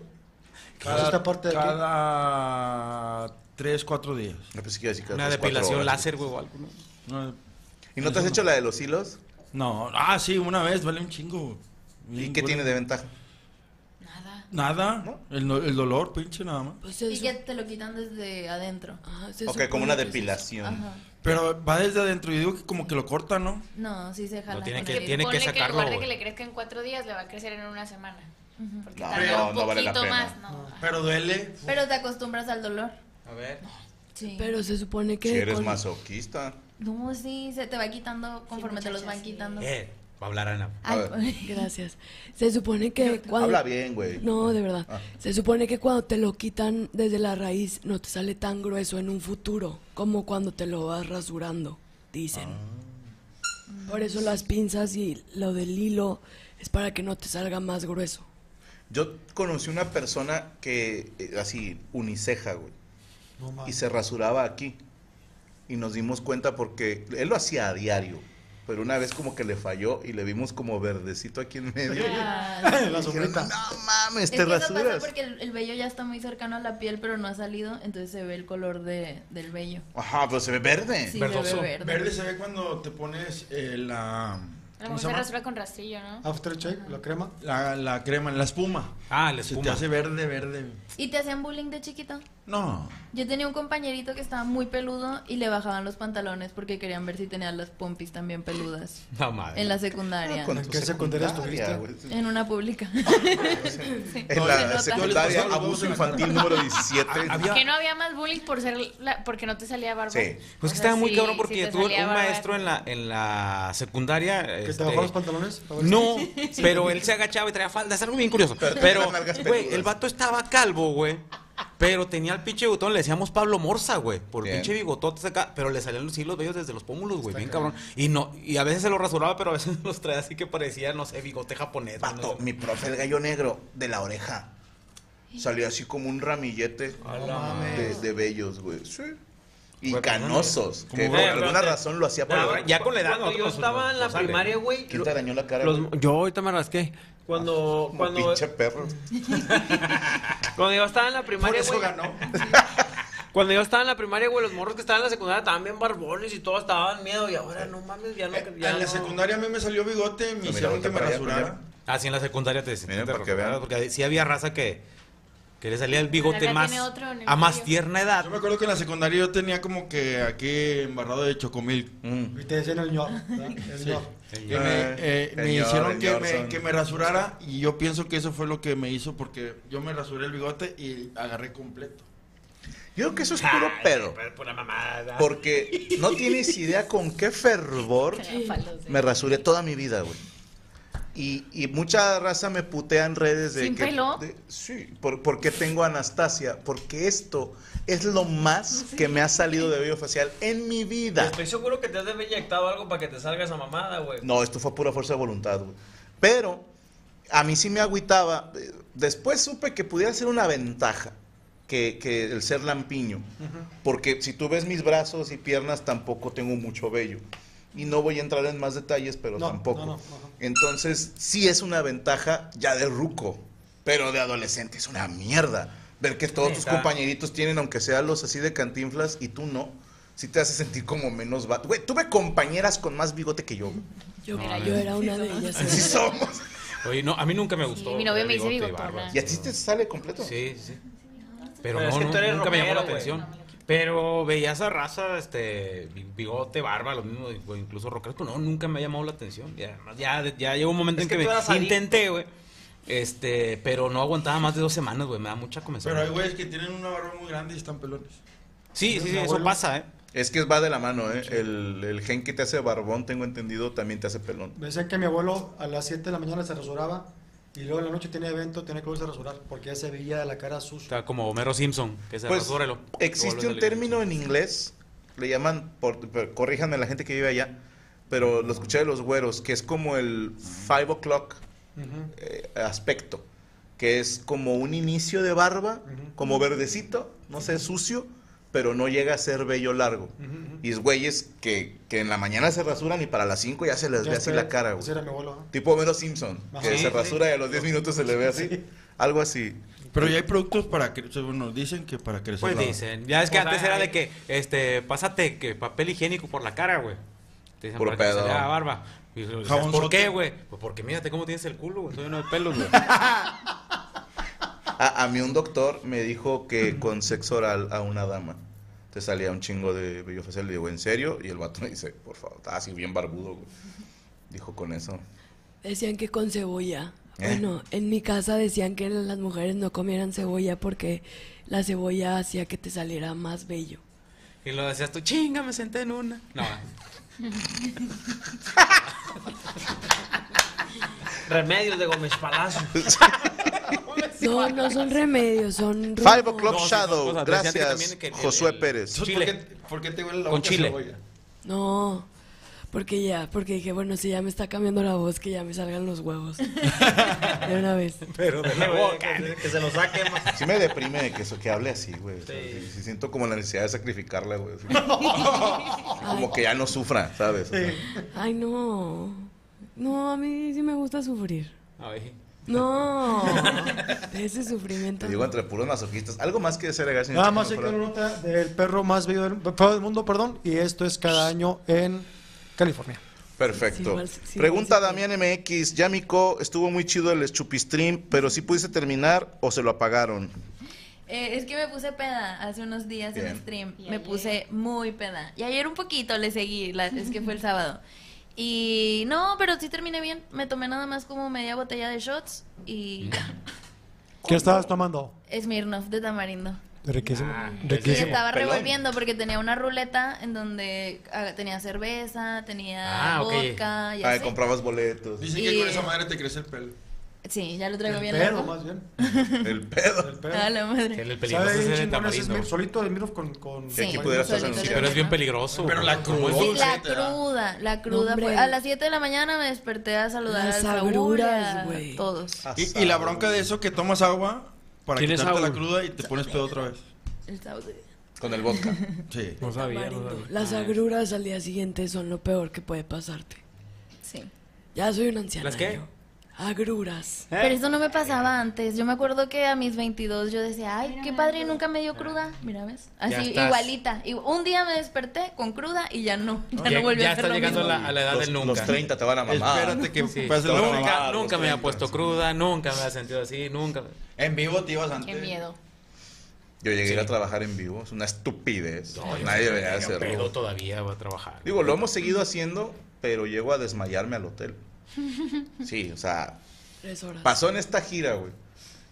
Speaker 11: Cada,
Speaker 8: Esta parte de aquí.
Speaker 11: cada tres, cuatro días.
Speaker 3: No pensé que iba a decir
Speaker 11: cada
Speaker 4: Una
Speaker 11: tres, cuatro
Speaker 4: depilación
Speaker 11: horas.
Speaker 4: láser, güey, o algo, ¿no?
Speaker 11: No,
Speaker 3: ¿Y no te has
Speaker 11: eso
Speaker 3: hecho la de los hilos?
Speaker 11: No, ah, sí, una vez, vale un chingo.
Speaker 3: ¿Y qué tiene de ventaja?
Speaker 7: Nada.
Speaker 11: Nada. El, no- el dolor, pinche, nada más.
Speaker 5: y que te lo quitan desde adentro.
Speaker 3: Ok, como una depilación.
Speaker 5: Ajá.
Speaker 11: Pero va desde adentro. Yo digo que como que lo corta, ¿no?
Speaker 5: No, sí se jala.
Speaker 11: tiene
Speaker 5: con
Speaker 11: que-
Speaker 5: el-
Speaker 11: tiene
Speaker 7: Ponle que en
Speaker 11: sacarlo,
Speaker 7: lugar de que
Speaker 11: güey.
Speaker 7: le crezca en cuatro días, le va a crecer en una semana. Porque
Speaker 11: No,
Speaker 7: tarda
Speaker 11: no,
Speaker 7: un
Speaker 11: no
Speaker 7: poquito
Speaker 11: vale la pena.
Speaker 7: más, ¿no?
Speaker 11: Pero duele.
Speaker 5: Pero te acostumbras al dolor.
Speaker 4: A ver.
Speaker 5: Sí.
Speaker 9: Pero se supone que.
Speaker 3: Si eres
Speaker 9: con-
Speaker 3: masoquista.
Speaker 5: No, sí, se te va quitando conforme te los van quitando.
Speaker 4: Eh, va a hablar Ana.
Speaker 3: A ver.
Speaker 9: Ah, Gracias. Se supone que cuando.
Speaker 3: Habla bien, güey.
Speaker 9: No, de verdad.
Speaker 3: Ah.
Speaker 9: Se supone que cuando te lo quitan desde la raíz no te sale tan grueso en un futuro como cuando te lo vas rasurando, dicen.
Speaker 5: Ah.
Speaker 9: Por eso las pinzas y lo del hilo es para que no te salga más grueso.
Speaker 3: Yo conocí una persona que, eh, así, uniceja, güey. y se rasuraba aquí. Y nos dimos cuenta porque él lo hacía a diario. Pero una vez como que le falló y le vimos como verdecito aquí en medio.
Speaker 8: La
Speaker 3: Y dijeron,
Speaker 8: sombrita.
Speaker 3: No mames,
Speaker 5: Es
Speaker 3: te
Speaker 5: que eso pasa
Speaker 3: rasuras.
Speaker 5: porque el, el vello ya está muy cercano a la piel, pero no ha salido, entonces se ve el color de, del vello.
Speaker 3: Ajá, pero se ve verde.
Speaker 5: Sí, se ve Verdoso. verde.
Speaker 11: Verde. se ve cuando te pones eh, la.
Speaker 7: La
Speaker 11: ¿Cómo
Speaker 7: mujer
Speaker 11: se
Speaker 7: se
Speaker 11: llama?
Speaker 7: rasura con rastrillo, ¿no?
Speaker 8: Aftershave, la crema.
Speaker 11: La, la crema, la espuma.
Speaker 4: Ah, la
Speaker 11: Se te
Speaker 4: espuma.
Speaker 11: hace verde, verde.
Speaker 5: ¿Y te hacían bullying de chiquito?
Speaker 11: No.
Speaker 5: Yo tenía un compañerito que estaba muy peludo y le bajaban los pantalones porque querían ver si tenía las pompis también peludas.
Speaker 4: No, madre.
Speaker 5: En la
Speaker 3: Ah,
Speaker 5: secundaria.
Speaker 8: ¿En qué secundaria estuviste?
Speaker 5: En una pública. Sí.
Speaker 3: En
Speaker 5: Se
Speaker 3: la
Speaker 5: nota.
Speaker 3: secundaria, abuso infantil número 17.
Speaker 7: Que no había más bullying por ser la- porque no te salía barba.
Speaker 3: Sí.
Speaker 4: Pues
Speaker 7: O
Speaker 4: que
Speaker 7: sea,
Speaker 4: estaba muy
Speaker 7: sí-
Speaker 4: cabrón
Speaker 7: sí
Speaker 4: porque
Speaker 7: te
Speaker 4: tuve
Speaker 7: salía
Speaker 4: un
Speaker 7: barba.
Speaker 4: maestro en la, en la secundaria.
Speaker 8: ¿Que te
Speaker 4: este,
Speaker 8: bajó los pantalones? A ver si-
Speaker 4: No, pero él se agachaba y traía falda. Es algo bien curioso. Pero, güey, el vato estaba calvo, güey. Pero tenía el pinche botón, le decíamos Pablo Morza, güey, por el
Speaker 3: Bien.
Speaker 4: pinche bigotote acá, pero le salían los hilos bellos desde los pómulos, güey, bien cabrón. Y no, y a veces se los rasuraba, pero a veces los traía así que parecía, no sé, bigote japonés. güey, no
Speaker 3: Vato,
Speaker 4: sé.
Speaker 3: mi profe, el gallo negro, de la oreja. Salió así como un ramillete de, de bellos, güey. Sí. Y canosos.
Speaker 4: Como
Speaker 3: Que por
Speaker 4: Bob.
Speaker 3: alguna razón lo hacía por
Speaker 4: Ya,
Speaker 3: el-
Speaker 4: ahora, ya con la edad,
Speaker 6: Cuando yo
Speaker 4: nosotros nos-
Speaker 6: estaba en la
Speaker 4: nos sale.
Speaker 6: primaria, güey.
Speaker 3: ¿Quién te arañó la cara?
Speaker 6: los-
Speaker 3: güey?
Speaker 6: yo ahorita me rasqué. Cuando,
Speaker 3: Ah, pues, Como
Speaker 6: cuando,
Speaker 3: pinche perro.
Speaker 6: cuando yo estaba en la primaria, güey. Cuando yo estaba en la primaria, güey, los morros que estaban en la secundaria estaban bien barbones y todos estaban miedo. Y ahora no mames, ya no.
Speaker 3: Eh,
Speaker 6: ya
Speaker 11: en la
Speaker 6: no.
Speaker 11: secundaria a mí me salió bigote, me
Speaker 4: Mira,
Speaker 11: hicieron
Speaker 4: voltea
Speaker 11: que pues, me
Speaker 4: para allá
Speaker 11: rasurara.
Speaker 4: Así en la secundaria te, te
Speaker 3: para que
Speaker 4: rasurabas,
Speaker 3: vean.
Speaker 4: porque sí había raza que, que le salía el bigote
Speaker 7: Acá
Speaker 4: más
Speaker 7: tiene otro en el
Speaker 4: a más
Speaker 7: cuello.
Speaker 4: tierna edad.
Speaker 11: Yo me acuerdo que en la secundaria yo tenía como que aquí embarrado de chocomil.
Speaker 4: Mm.
Speaker 8: Y te decían el ñor. ¿verdad? Ah, El
Speaker 11: Sí.
Speaker 8: ñor.
Speaker 11: Que me, eh, me
Speaker 3: Señor,
Speaker 11: hicieron que
Speaker 3: señor,
Speaker 11: me,
Speaker 3: son-
Speaker 11: que me rasurara y yo pienso que eso fue lo que me hizo porque yo me rasuré el bigote y agarré completo.
Speaker 3: Yo creo que eso es puro pedo.
Speaker 4: pues,
Speaker 3: Porque no tienes idea con qué fervor me rasuré toda mi vida, güey. Y, y mucha raza me putea en redes de
Speaker 7: ¿Sin
Speaker 3: que.
Speaker 7: pelo?
Speaker 3: de- sí, por, ¿por qué tengo Anastasia? Porque esto es lo más que me ha salido de vello facial en mi vida.
Speaker 6: Estoy seguro que te has de haber inyectado algo para que te salga esa mamada, güey.
Speaker 3: No, esto fue pura fuerza de voluntad, güey. Pero a mí sí me agüitaba. Eh, Después supe que pudiera ser una ventaja que, que el ser lampiño. Porque si tú ves mis brazos y piernas, tampoco tengo mucho vello. Y no voy a entrar en más detalles, pero
Speaker 8: No,
Speaker 3: tampoco.
Speaker 8: no, no, ajá.
Speaker 3: Entonces, sí es una ventaja ya de ruco, pero de adolescente es una mierda. Ver que todos tus
Speaker 4: Neta.
Speaker 3: compañeritos tienen, aunque sean los así de cantinflas, y tú no, sí te hace sentir como menos vato. Güey, tuve compañeras con más bigote que yo. güey.
Speaker 9: Yo,
Speaker 7: Era
Speaker 9: yo era una de ellas.
Speaker 3: Así somos.
Speaker 4: Oye, no, a mí nunca me gustó.
Speaker 7: mi novio
Speaker 4: el
Speaker 7: me dice
Speaker 4: bigote y
Speaker 7: bigotona.
Speaker 4: barba.
Speaker 3: ¿Y a ti te sale completo?
Speaker 4: Sí, sí. Pero,
Speaker 6: Pero es
Speaker 4: no,
Speaker 6: que
Speaker 4: no,
Speaker 6: tú eres
Speaker 4: nunca me llamó la
Speaker 6: romero, güey.
Speaker 4: atención. Pero veía esa raza, este, bi- bigote, barba, lo mismo, o incluso rockers, pero no, nunca me ha llamado la atención. Y además, ya, ya llegó un momento
Speaker 6: Es
Speaker 4: en
Speaker 6: que
Speaker 4: que,
Speaker 6: tú eras
Speaker 4: me
Speaker 6: adicto.
Speaker 4: intenté, güey. Este, pero no aguantaba más de dos semanas, güey, me da mucha comezón.
Speaker 11: Pero hay güeyes que tienen una barba muy grande y están pelones.
Speaker 4: sí, sí, sí,
Speaker 8: Mi
Speaker 4: eso
Speaker 8: abuelo-
Speaker 4: pasa, ¿eh?
Speaker 3: Es que va de la mano, ¿eh? El, el gen que te hace barbón, tengo entendido, también te hace pelón.
Speaker 8: Me decían que mi abuelo a las 7 de la mañana se rasuraba y luego en la noche tenía evento, tenía que volverse a rasurar porque ya se veía de la cara sucia.
Speaker 4: Está como Homero Simpson, que se
Speaker 3: Pues
Speaker 4: rasúrelo.
Speaker 3: existe un término en inglés, le llaman, por, por- corríjanme la gente que vive allá, pero lo escuché de los güeros, que es como el five o'clock
Speaker 6: pues,
Speaker 8: Ujú.
Speaker 3: eh, aspecto, que es como un inicio de barba, como verdecito, no sé, sucio, pero no llega a ser vello largo. Y es güeyes que, que en la mañana se rasuran y para las 5 ya se les
Speaker 8: Ya
Speaker 3: ve así
Speaker 8: está,
Speaker 3: la cara, güey.
Speaker 8: Ese era mi abuelo. ¿no?
Speaker 3: Tipo Homero Simpson,
Speaker 8: Ajá.
Speaker 3: que
Speaker 4: Sí,
Speaker 3: se
Speaker 4: sí.
Speaker 3: rasura y a los 10 minutos se le ve así. Algo así.
Speaker 11: Pero ya hay productos para crecer, bueno, dicen que para crecer.
Speaker 4: Pues
Speaker 11: la-
Speaker 4: dicen, ya es que
Speaker 6: Pues
Speaker 4: antes
Speaker 6: hay-
Speaker 4: era de que, este, pásate que papel higiénico por la cara, güey. Te dicen,
Speaker 3: Puro
Speaker 4: para que te
Speaker 3: pedo.
Speaker 4: salga la barba. Y yo,
Speaker 11: Jabonzote.
Speaker 4: ¿Por qué, güey? Pues porque mírate cómo tienes el culo, güey. Estoy lleno de pelos, güey.
Speaker 3: Ah, A, a mí un doctor me dijo que con sexo oral a una dama te salía un chingo de vello facial. Le digo, ¿en serio? Y el vato me dice, por favor, está así bien barbudo. güey. Dijo con eso.
Speaker 9: Decían que con cebolla.
Speaker 3: ¿Eh?
Speaker 9: Bueno, en mi casa decían que las mujeres no comieran cebolla porque la cebolla hacía que te saliera más bello.
Speaker 4: Y lo decías tú, chinga, me senté en una. No,
Speaker 6: eh. Remedios de Gómez Palacio.
Speaker 9: No, no son remedios, son
Speaker 3: Five
Speaker 9: rumores.
Speaker 3: O'Clock
Speaker 6: No, sí,
Speaker 3: Shadow.
Speaker 6: son cosas. Decían que
Speaker 3: Gracias,
Speaker 6: también que el-
Speaker 3: Josué
Speaker 6: el-
Speaker 3: Pérez.
Speaker 11: Entonces, ¿por, qué, por qué te huele la
Speaker 4: Con
Speaker 11: boca
Speaker 4: chile.
Speaker 11: cebolla?
Speaker 9: No, porque ya, porque dije, bueno, si ya me está cambiando la voz, que ya me salgan los huevos. De una vez.
Speaker 4: pero de la boca.
Speaker 6: Que se lo saque más.
Speaker 3: Sí me deprime que, eso, que hable así, güey. O sea, sí- sí siento como la necesidad de sacrificarla, güey. Así que- Como que ya no sufra, ¿sabes? O sea,
Speaker 9: Ay, no. No, a mí sí me gusta sufrir.
Speaker 4: A ver.
Speaker 9: No, de ese sufrimiento.
Speaker 3: Te digo entre puros masoquistas. Algo más que desear agregar, señor
Speaker 8: Nada
Speaker 3: Checo,
Speaker 8: más
Speaker 3: ¿no?
Speaker 8: hay que
Speaker 3: Para-
Speaker 8: una nota del perro más bello del, feo del mundo, perdón, y esto es cada año en California.
Speaker 9: Sí,
Speaker 3: Perfecto.
Speaker 9: igual, sí,
Speaker 3: Pregunta Damián MX. Ya, Mico, estuvo muy chido el Chupistream, pero si pudiste terminar o se lo apagaron.
Speaker 5: Eh, es que me puse peda hace unos días
Speaker 3: Bien.
Speaker 5: en stream. me puse muy peda. Y ayer un poquito le seguí, la- es que fue el sábado. Y no, pero sí terminé bien. Me tomé nada más como media botella de shots y
Speaker 8: ¿Qué estabas tomando?
Speaker 5: Smirnoff de tamarindo.
Speaker 8: Riquísimo.
Speaker 5: Y
Speaker 8: riquísimo.
Speaker 5: estaba
Speaker 4: pelón.
Speaker 5: revolviendo porque tenía una ruleta en donde ah, tenía cerveza, tenía
Speaker 4: Ah, ok.
Speaker 5: vodka y
Speaker 3: Ay,
Speaker 5: así.
Speaker 3: comprabas boletos.
Speaker 11: Dicen
Speaker 5: Y-
Speaker 11: que con esa madre te crece el pelo.
Speaker 5: Sí, ya lo traigo bien.
Speaker 8: Perro,
Speaker 5: largo.
Speaker 8: más bien.
Speaker 3: El pedo.
Speaker 8: El perro.
Speaker 5: A la madre.
Speaker 4: El peligroso
Speaker 8: ¿Sabe
Speaker 4: es
Speaker 8: bien
Speaker 4: el de
Speaker 8: chingón ese
Speaker 4: tamarindo.
Speaker 8: Smir- solito de Mirov con... con
Speaker 5: Sí,
Speaker 3: aquí
Speaker 8: con-
Speaker 3: pudieras
Speaker 5: solito
Speaker 3: hacer
Speaker 5: le
Speaker 3: anunciar.
Speaker 4: Pero es bien
Speaker 5: traigo.
Speaker 4: peligroso.
Speaker 11: Pero
Speaker 4: güey.
Speaker 11: la
Speaker 4: Como es
Speaker 11: cruda.
Speaker 5: Sí,
Speaker 4: dulce.
Speaker 5: la
Speaker 11: te da.
Speaker 5: cruda, la cruda.
Speaker 9: Hombre.
Speaker 5: fue- a las 7 de la mañana me desperté a saludar
Speaker 9: Las
Speaker 5: a Saúl, y a
Speaker 9: agruras, güey.
Speaker 5: todos.
Speaker 3: Ah,
Speaker 11: Y, y la bronca de eso que tomas agua para
Speaker 6: ¿Tienes
Speaker 11: quitarte
Speaker 6: agua?
Speaker 11: la cruda y te pones pedo otra vez.
Speaker 5: El Saúl.
Speaker 3: Con el vodka.
Speaker 11: Sí.
Speaker 6: No sabía, no
Speaker 9: Tamarindo.
Speaker 6: sabía.
Speaker 9: Las agruras al día siguiente son lo peor que puede pasarte.
Speaker 5: Sí.
Speaker 9: Ya soy un anciano.
Speaker 4: ¿Las qué?
Speaker 3: ¿Eh?
Speaker 9: Agruras.
Speaker 4: Eh.
Speaker 5: Pero eso no me pasaba antes. Yo me acuerdo que a mis 22 yo decía, ay, qué padre, nunca me dio cruda. Mira, ¿ves? Así,
Speaker 4: Eh. estás.
Speaker 5: igualita. Y un día me desperté con cruda y ya no. Ya
Speaker 4: Ya-
Speaker 5: no volvió
Speaker 4: ya
Speaker 5: a ser
Speaker 4: está
Speaker 5: lo
Speaker 4: llegando
Speaker 5: mismo.
Speaker 4: a la, a la edad
Speaker 3: los,
Speaker 4: del nunca.
Speaker 3: los 30 te van a mamar.
Speaker 11: Espérate que
Speaker 4: Sí.
Speaker 11: pase la mamada.
Speaker 3: Todo mal.
Speaker 4: Nunca,
Speaker 3: Ah, los
Speaker 4: nunca me había
Speaker 3: 30,
Speaker 4: puesto
Speaker 3: sí.
Speaker 4: cruda, nunca me había sentido así, nunca.
Speaker 11: En vivo te ibas
Speaker 7: Qué
Speaker 11: antes.
Speaker 7: miedo.
Speaker 3: Yo llegué a ir a trabajar en vivo. Es una estupidez. Nadie debería
Speaker 4: Pero
Speaker 3: hacerlo.
Speaker 4: todavía va a trabajar.
Speaker 3: Digo, lo hemos seguido haciendo, pero llego a desmayarme al hotel. Sí, o sea,
Speaker 9: Tres horas.
Speaker 3: pasó en esta gira, güey.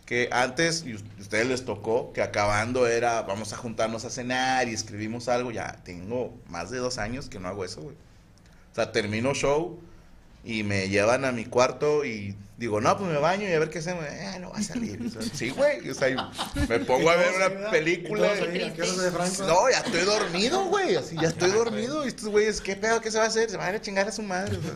Speaker 3: Que antes, y us- ustedes les tocó, que acabando era, vamos a juntarnos a cenar y escribimos algo. Ya tengo más de dos años que no hago eso, güey. O sea, termino show y me llevan a mi cuarto y digo, no, pues me baño y a ver qué hacemos. Eh, no va a salir. O sea, sí, güey. O sea, y me pongo a ver una película.
Speaker 8: Entonces, ahí, ¿a qué horas es de Franco? Ah,
Speaker 3: No, ya estoy dormido, güey. Así, ya estoy dormido. Y estos güeyes, ¿qué pedo? ¿Qué se va a hacer? Se van a ir a chingar a su madre. o sea.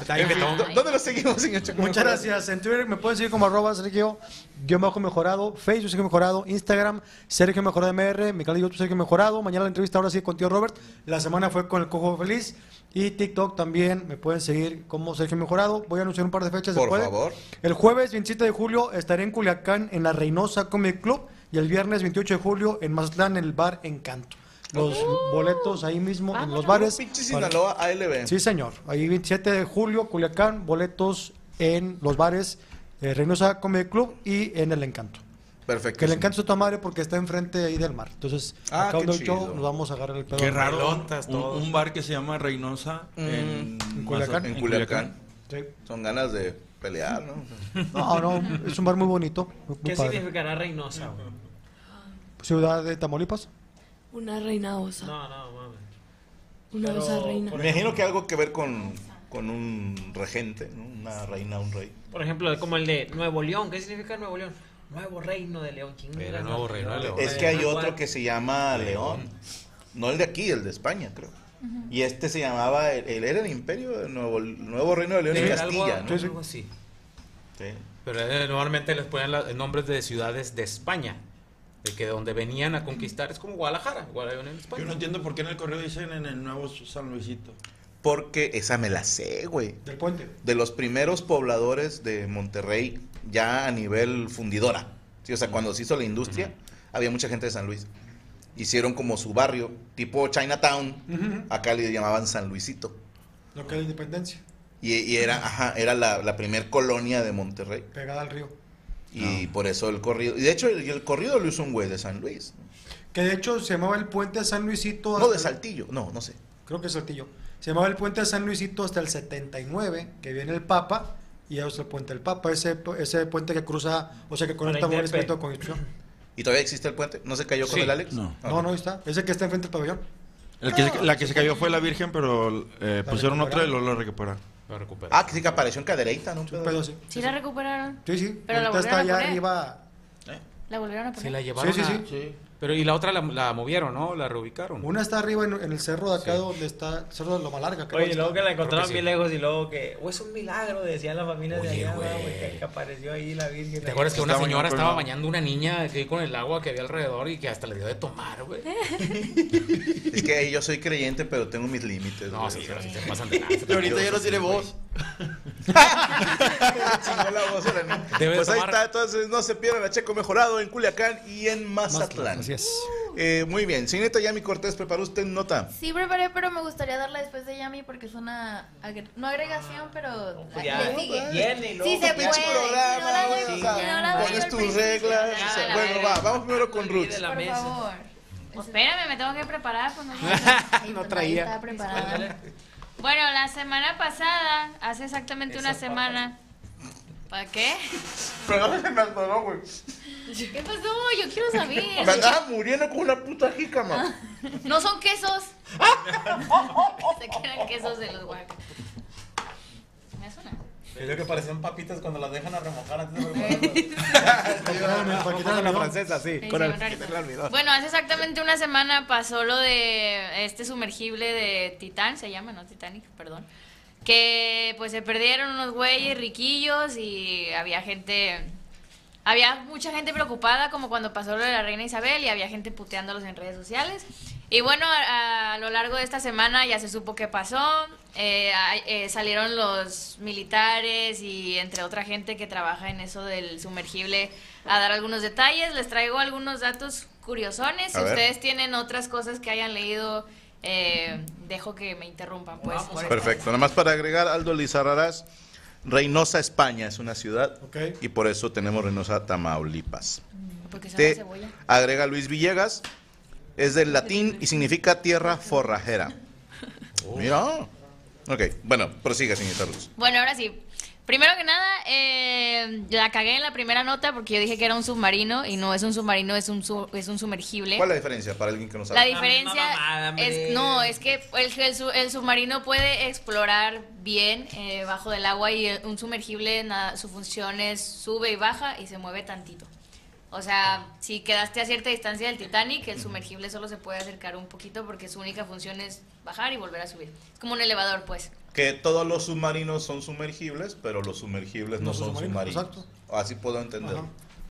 Speaker 4: Está bien,
Speaker 3: En fin,
Speaker 4: petón.
Speaker 3: ¿dó- ¿Dónde lo seguimos, señor Chaco?
Speaker 8: Muchas gracias. En Twitter me pueden seguir como arroba Sergio guión bajo mejorado, Facebook Sergio Mejorado, Instagram Sergio Mejorado MR, mi canal de YouTube Sergio Mejorado. Mañana la entrevista ahora sí con tío Robert. La semana fue con el Cojo Feliz y TikTok también me pueden seguir como Sergio Mejorado. Voy a anunciar un par de fechas. ¿se
Speaker 3: Por
Speaker 8: puede?
Speaker 3: favor.
Speaker 8: El jueves 27 de julio estaré en Culiacán en la Reynosa Comic Club y el viernes 28 de julio en Mazatlán en el bar Encanto. Los boletos ahí mismo en los bares.
Speaker 3: Oh. Pinche
Speaker 8: para-
Speaker 3: Sinaloa ALB.
Speaker 8: Sí, señor. Ahí 27 de julio, Culiacán, boletos en los bares eh, Reynosa Comedy Club y en El Encanto.
Speaker 3: Perfecto.
Speaker 8: Que El Encanto está madre porque está enfrente ahí del mar. Entonces,
Speaker 3: Ah,
Speaker 8: acá
Speaker 3: qué
Speaker 8: donde yo
Speaker 3: chido.
Speaker 8: nos vamos a agarrar el pedo.
Speaker 11: Qué raro.
Speaker 4: Pelotas,
Speaker 11: Un,
Speaker 4: todo.
Speaker 11: un bar que se llama Reynosa en,
Speaker 8: En Culiacán.
Speaker 3: En Culiacán.
Speaker 8: Sí.
Speaker 3: Son ganas de pelear, ¿no?
Speaker 8: No, no, es un bar muy bonito. muy- muy
Speaker 6: ¿Qué
Speaker 8: padre.
Speaker 6: significará Reynosa? güey?
Speaker 8: Ciudad de Tamaulipas.
Speaker 9: Una reina osa.
Speaker 6: No, no, mames.
Speaker 9: Una osa reina.
Speaker 3: Me imagino que algo que ver con, con un regente, ¿no? Una reina, un rey.
Speaker 6: Por ejemplo, como el de Nuevo León. ¿Qué significa Nuevo León? Nuevo Reino de León. Chinga
Speaker 4: Era
Speaker 6: la
Speaker 4: Nuevo
Speaker 6: madre.
Speaker 4: Reino de León. eh.
Speaker 3: Es que hay otro que se llama León. No el de aquí, el de España, creo. Y este se llamaba, el, el- era el imperio, el nuevo, el nuevo reino de León y
Speaker 4: Era
Speaker 3: Castilla,
Speaker 4: algo,
Speaker 3: ¿no?
Speaker 4: algo así.
Speaker 3: Sí.
Speaker 4: Pero eh, normalmente les ponían la- nombres de ciudades de España. De que donde venían a conquistar es como Guadalajara. Guadalajara en España.
Speaker 11: Yo no entiendo por qué en el correo dicen en el nuevo San Luisito.
Speaker 3: Porque esa me la sé, güey.
Speaker 8: Del puente.
Speaker 3: de los primeros pobladores de Monterrey ya a nivel fundidora. ¿sí? O sea, cuando se hizo la industria, había mucha gente de San Luis. Hicieron como su barrio, tipo Chinatown. Acá le llamaban San Luisito.
Speaker 8: Lo que es la independencia,
Speaker 3: Y, y era, ajá, era la, la primer colonia de Monterrey.
Speaker 8: pegada al río.
Speaker 3: Y por eso el corrido. Y de hecho, el, el corrido lo hizo un güey de San Luis.
Speaker 8: Que de hecho se llamaba el puente de San Luisito.
Speaker 3: No, de Saltillo. No, no sé.
Speaker 8: Creo que es Saltillo. Se llamaba el puente de San Luisito hasta el 79, que viene el Papa, y ya es el puente del Papa. Ese, pu- ese puente que cruza, o sea, que conecta
Speaker 3: Con la
Speaker 8: Buen
Speaker 3: Intepe.
Speaker 8: Espíritu con Constitución.
Speaker 3: ¿Y todavía existe el puente? ¿No se cayó con
Speaker 11: Sí.
Speaker 3: el Alex?
Speaker 11: No.
Speaker 3: Ah,
Speaker 8: No, no, ahí está. Ese que está enfrente del pabellón.
Speaker 11: El que se- la que se cayó fue la Virgen, pero eh, pusieron otra y lo, lo recuperaron.
Speaker 4: Lo recuperaron.
Speaker 3: Ah, que sí que apareció en cadereita, ¿no? Un pedo
Speaker 8: sí.
Speaker 7: Sí la recuperaron.
Speaker 8: Sí, sí.
Speaker 7: Pero la
Speaker 8: Ahorita está
Speaker 7: volvieron a
Speaker 8: allá
Speaker 7: poner.
Speaker 8: arriba.
Speaker 7: La volvieron a
Speaker 4: Se la
Speaker 7: poner.
Speaker 4: llevaron.
Speaker 8: Sí, sí,
Speaker 4: a-
Speaker 8: sí. Sí.
Speaker 4: Pero y la otra la, la movieron, ¿no? La reubicaron.
Speaker 8: Una está arriba en, en el cerro de acá donde está el cerro de Loma Larga. creo
Speaker 12: Oye, y luego
Speaker 8: está.
Speaker 12: que la encontraron bien lejos y luego que, "Oh, es un milagro, decían las familias de allá, güey, que, que apareció ahí la Virgen.
Speaker 4: ¿Te acuerdas que una
Speaker 12: Estaba
Speaker 4: señora
Speaker 12: bañando,
Speaker 4: estaba
Speaker 12: ¿no?
Speaker 4: bañando una niña que con el agua que había alrededor y que hasta le dio de tomar, güey?
Speaker 3: Es que yo soy creyente, pero tengo mis límites. No, sí, pero sí
Speaker 4: se pasan de
Speaker 3: lanza.
Speaker 11: Y ahorita ya no tiene voz.
Speaker 3: Chingó la voz a la niña.
Speaker 11: Debe
Speaker 3: Pues ahí
Speaker 11: tomar-
Speaker 3: está, entonces no se pierdan a Checo Mejorado en Culiacán y en Mazatlán. Uh.
Speaker 8: Así
Speaker 3: Eh,
Speaker 8: es.
Speaker 3: muy bien, señorita Yami Cortés, ¿preparó usted nota?
Speaker 5: Sí preparé, pero me gustaría darla después de Yami porque es una... agre- no agregación, pero...
Speaker 12: pues ya,
Speaker 5: le sigue.
Speaker 12: viene y luego-
Speaker 5: Sí se
Speaker 12: Pinche
Speaker 5: puede. Si
Speaker 12: programa,
Speaker 5: no la
Speaker 12: güey,
Speaker 5: doy-
Speaker 12: o
Speaker 5: si no
Speaker 12: sea,
Speaker 5: la pues doy
Speaker 12: pones
Speaker 5: al
Speaker 12: tus
Speaker 5: principio,
Speaker 3: reglas,
Speaker 5: ya,
Speaker 3: o sea,
Speaker 5: la
Speaker 3: bueno,
Speaker 5: verga.
Speaker 3: va, vamos primero con Ruth.
Speaker 7: Por favor.
Speaker 5: Pues
Speaker 7: espérame, me tengo que preparar. Pues no,
Speaker 4: No
Speaker 7: traía.
Speaker 5: Estaba preparada.
Speaker 7: Bueno, la semana pasada, hace exactamente una semana. ¿Para qué?
Speaker 3: Pero se me atoró, güey.
Speaker 7: ¿Qué pasó? Yo quiero saber.
Speaker 3: Me andaba muriendo con una puta jícama.
Speaker 7: No son quesos. Se quedan quesos de los guacas. ¿Me suena?
Speaker 4: Creo que parecían papitas cuando las dejan a remojar antes de
Speaker 8: quitar el
Speaker 4: la
Speaker 8: almidón.
Speaker 4: francesa, sí.
Speaker 7: Sí,
Speaker 4: Con el-
Speaker 7: sí, rarito.
Speaker 4: el almidón.
Speaker 7: Bueno, hace exactamente una semana pasó lo de este sumergible de Titán, se llama, ¿no? Titanic, perdón. Que pues se perdieron unos güeyes riquillos y había gente... Había mucha gente preocupada como cuando pasó lo de la reina Isabel y había gente puteándolos en redes sociales. Y bueno, a, a lo largo de esta semana ya se supo qué pasó. Eh, a- eh, salieron los militares y entre otra gente que trabaja en eso del sumergible a dar algunos detalles. Les traigo algunos datos curiosones. Si
Speaker 5: A ver.
Speaker 7: ustedes tienen otras cosas que hayan leído, eh, dejo que me interrumpan. Pues, o sea,
Speaker 3: Perfecto, nada más para agregar, Aldo Lizarrarás, Reynosa, España es una ciudad y por eso tenemos Reynosa, Tamaulipas.
Speaker 7: Porque se
Speaker 3: Te
Speaker 7: llama cebolla.
Speaker 3: agrega Luis Villegas, es del latín y significa tierra forrajera. Mira. Ok, bueno, prosiga, señorita Luz.
Speaker 7: Bueno, ahora sí. Primero que nada, eh, la cagué en la primera nota porque yo dije que era un submarino y no es un submarino, es un, su- es un sumergible.
Speaker 3: ¿Cuál es la diferencia para alguien que no sabe?
Speaker 7: La diferencia es no es que el, el su- el submarino puede explorar bien eh, bajo del agua y eh, un sumergible nada, su función es sube y baja y se mueve tantito. O sea, si quedaste a cierta distancia del Titanic, el sumergible solo se puede acercar un poquito porque su única función es bajar y volver a subir. Es como un elevador, pues.
Speaker 3: Que todos los submarinos son sumergibles, pero los sumergibles no, son submarinos. Así puedo entender.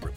Speaker 13: Group.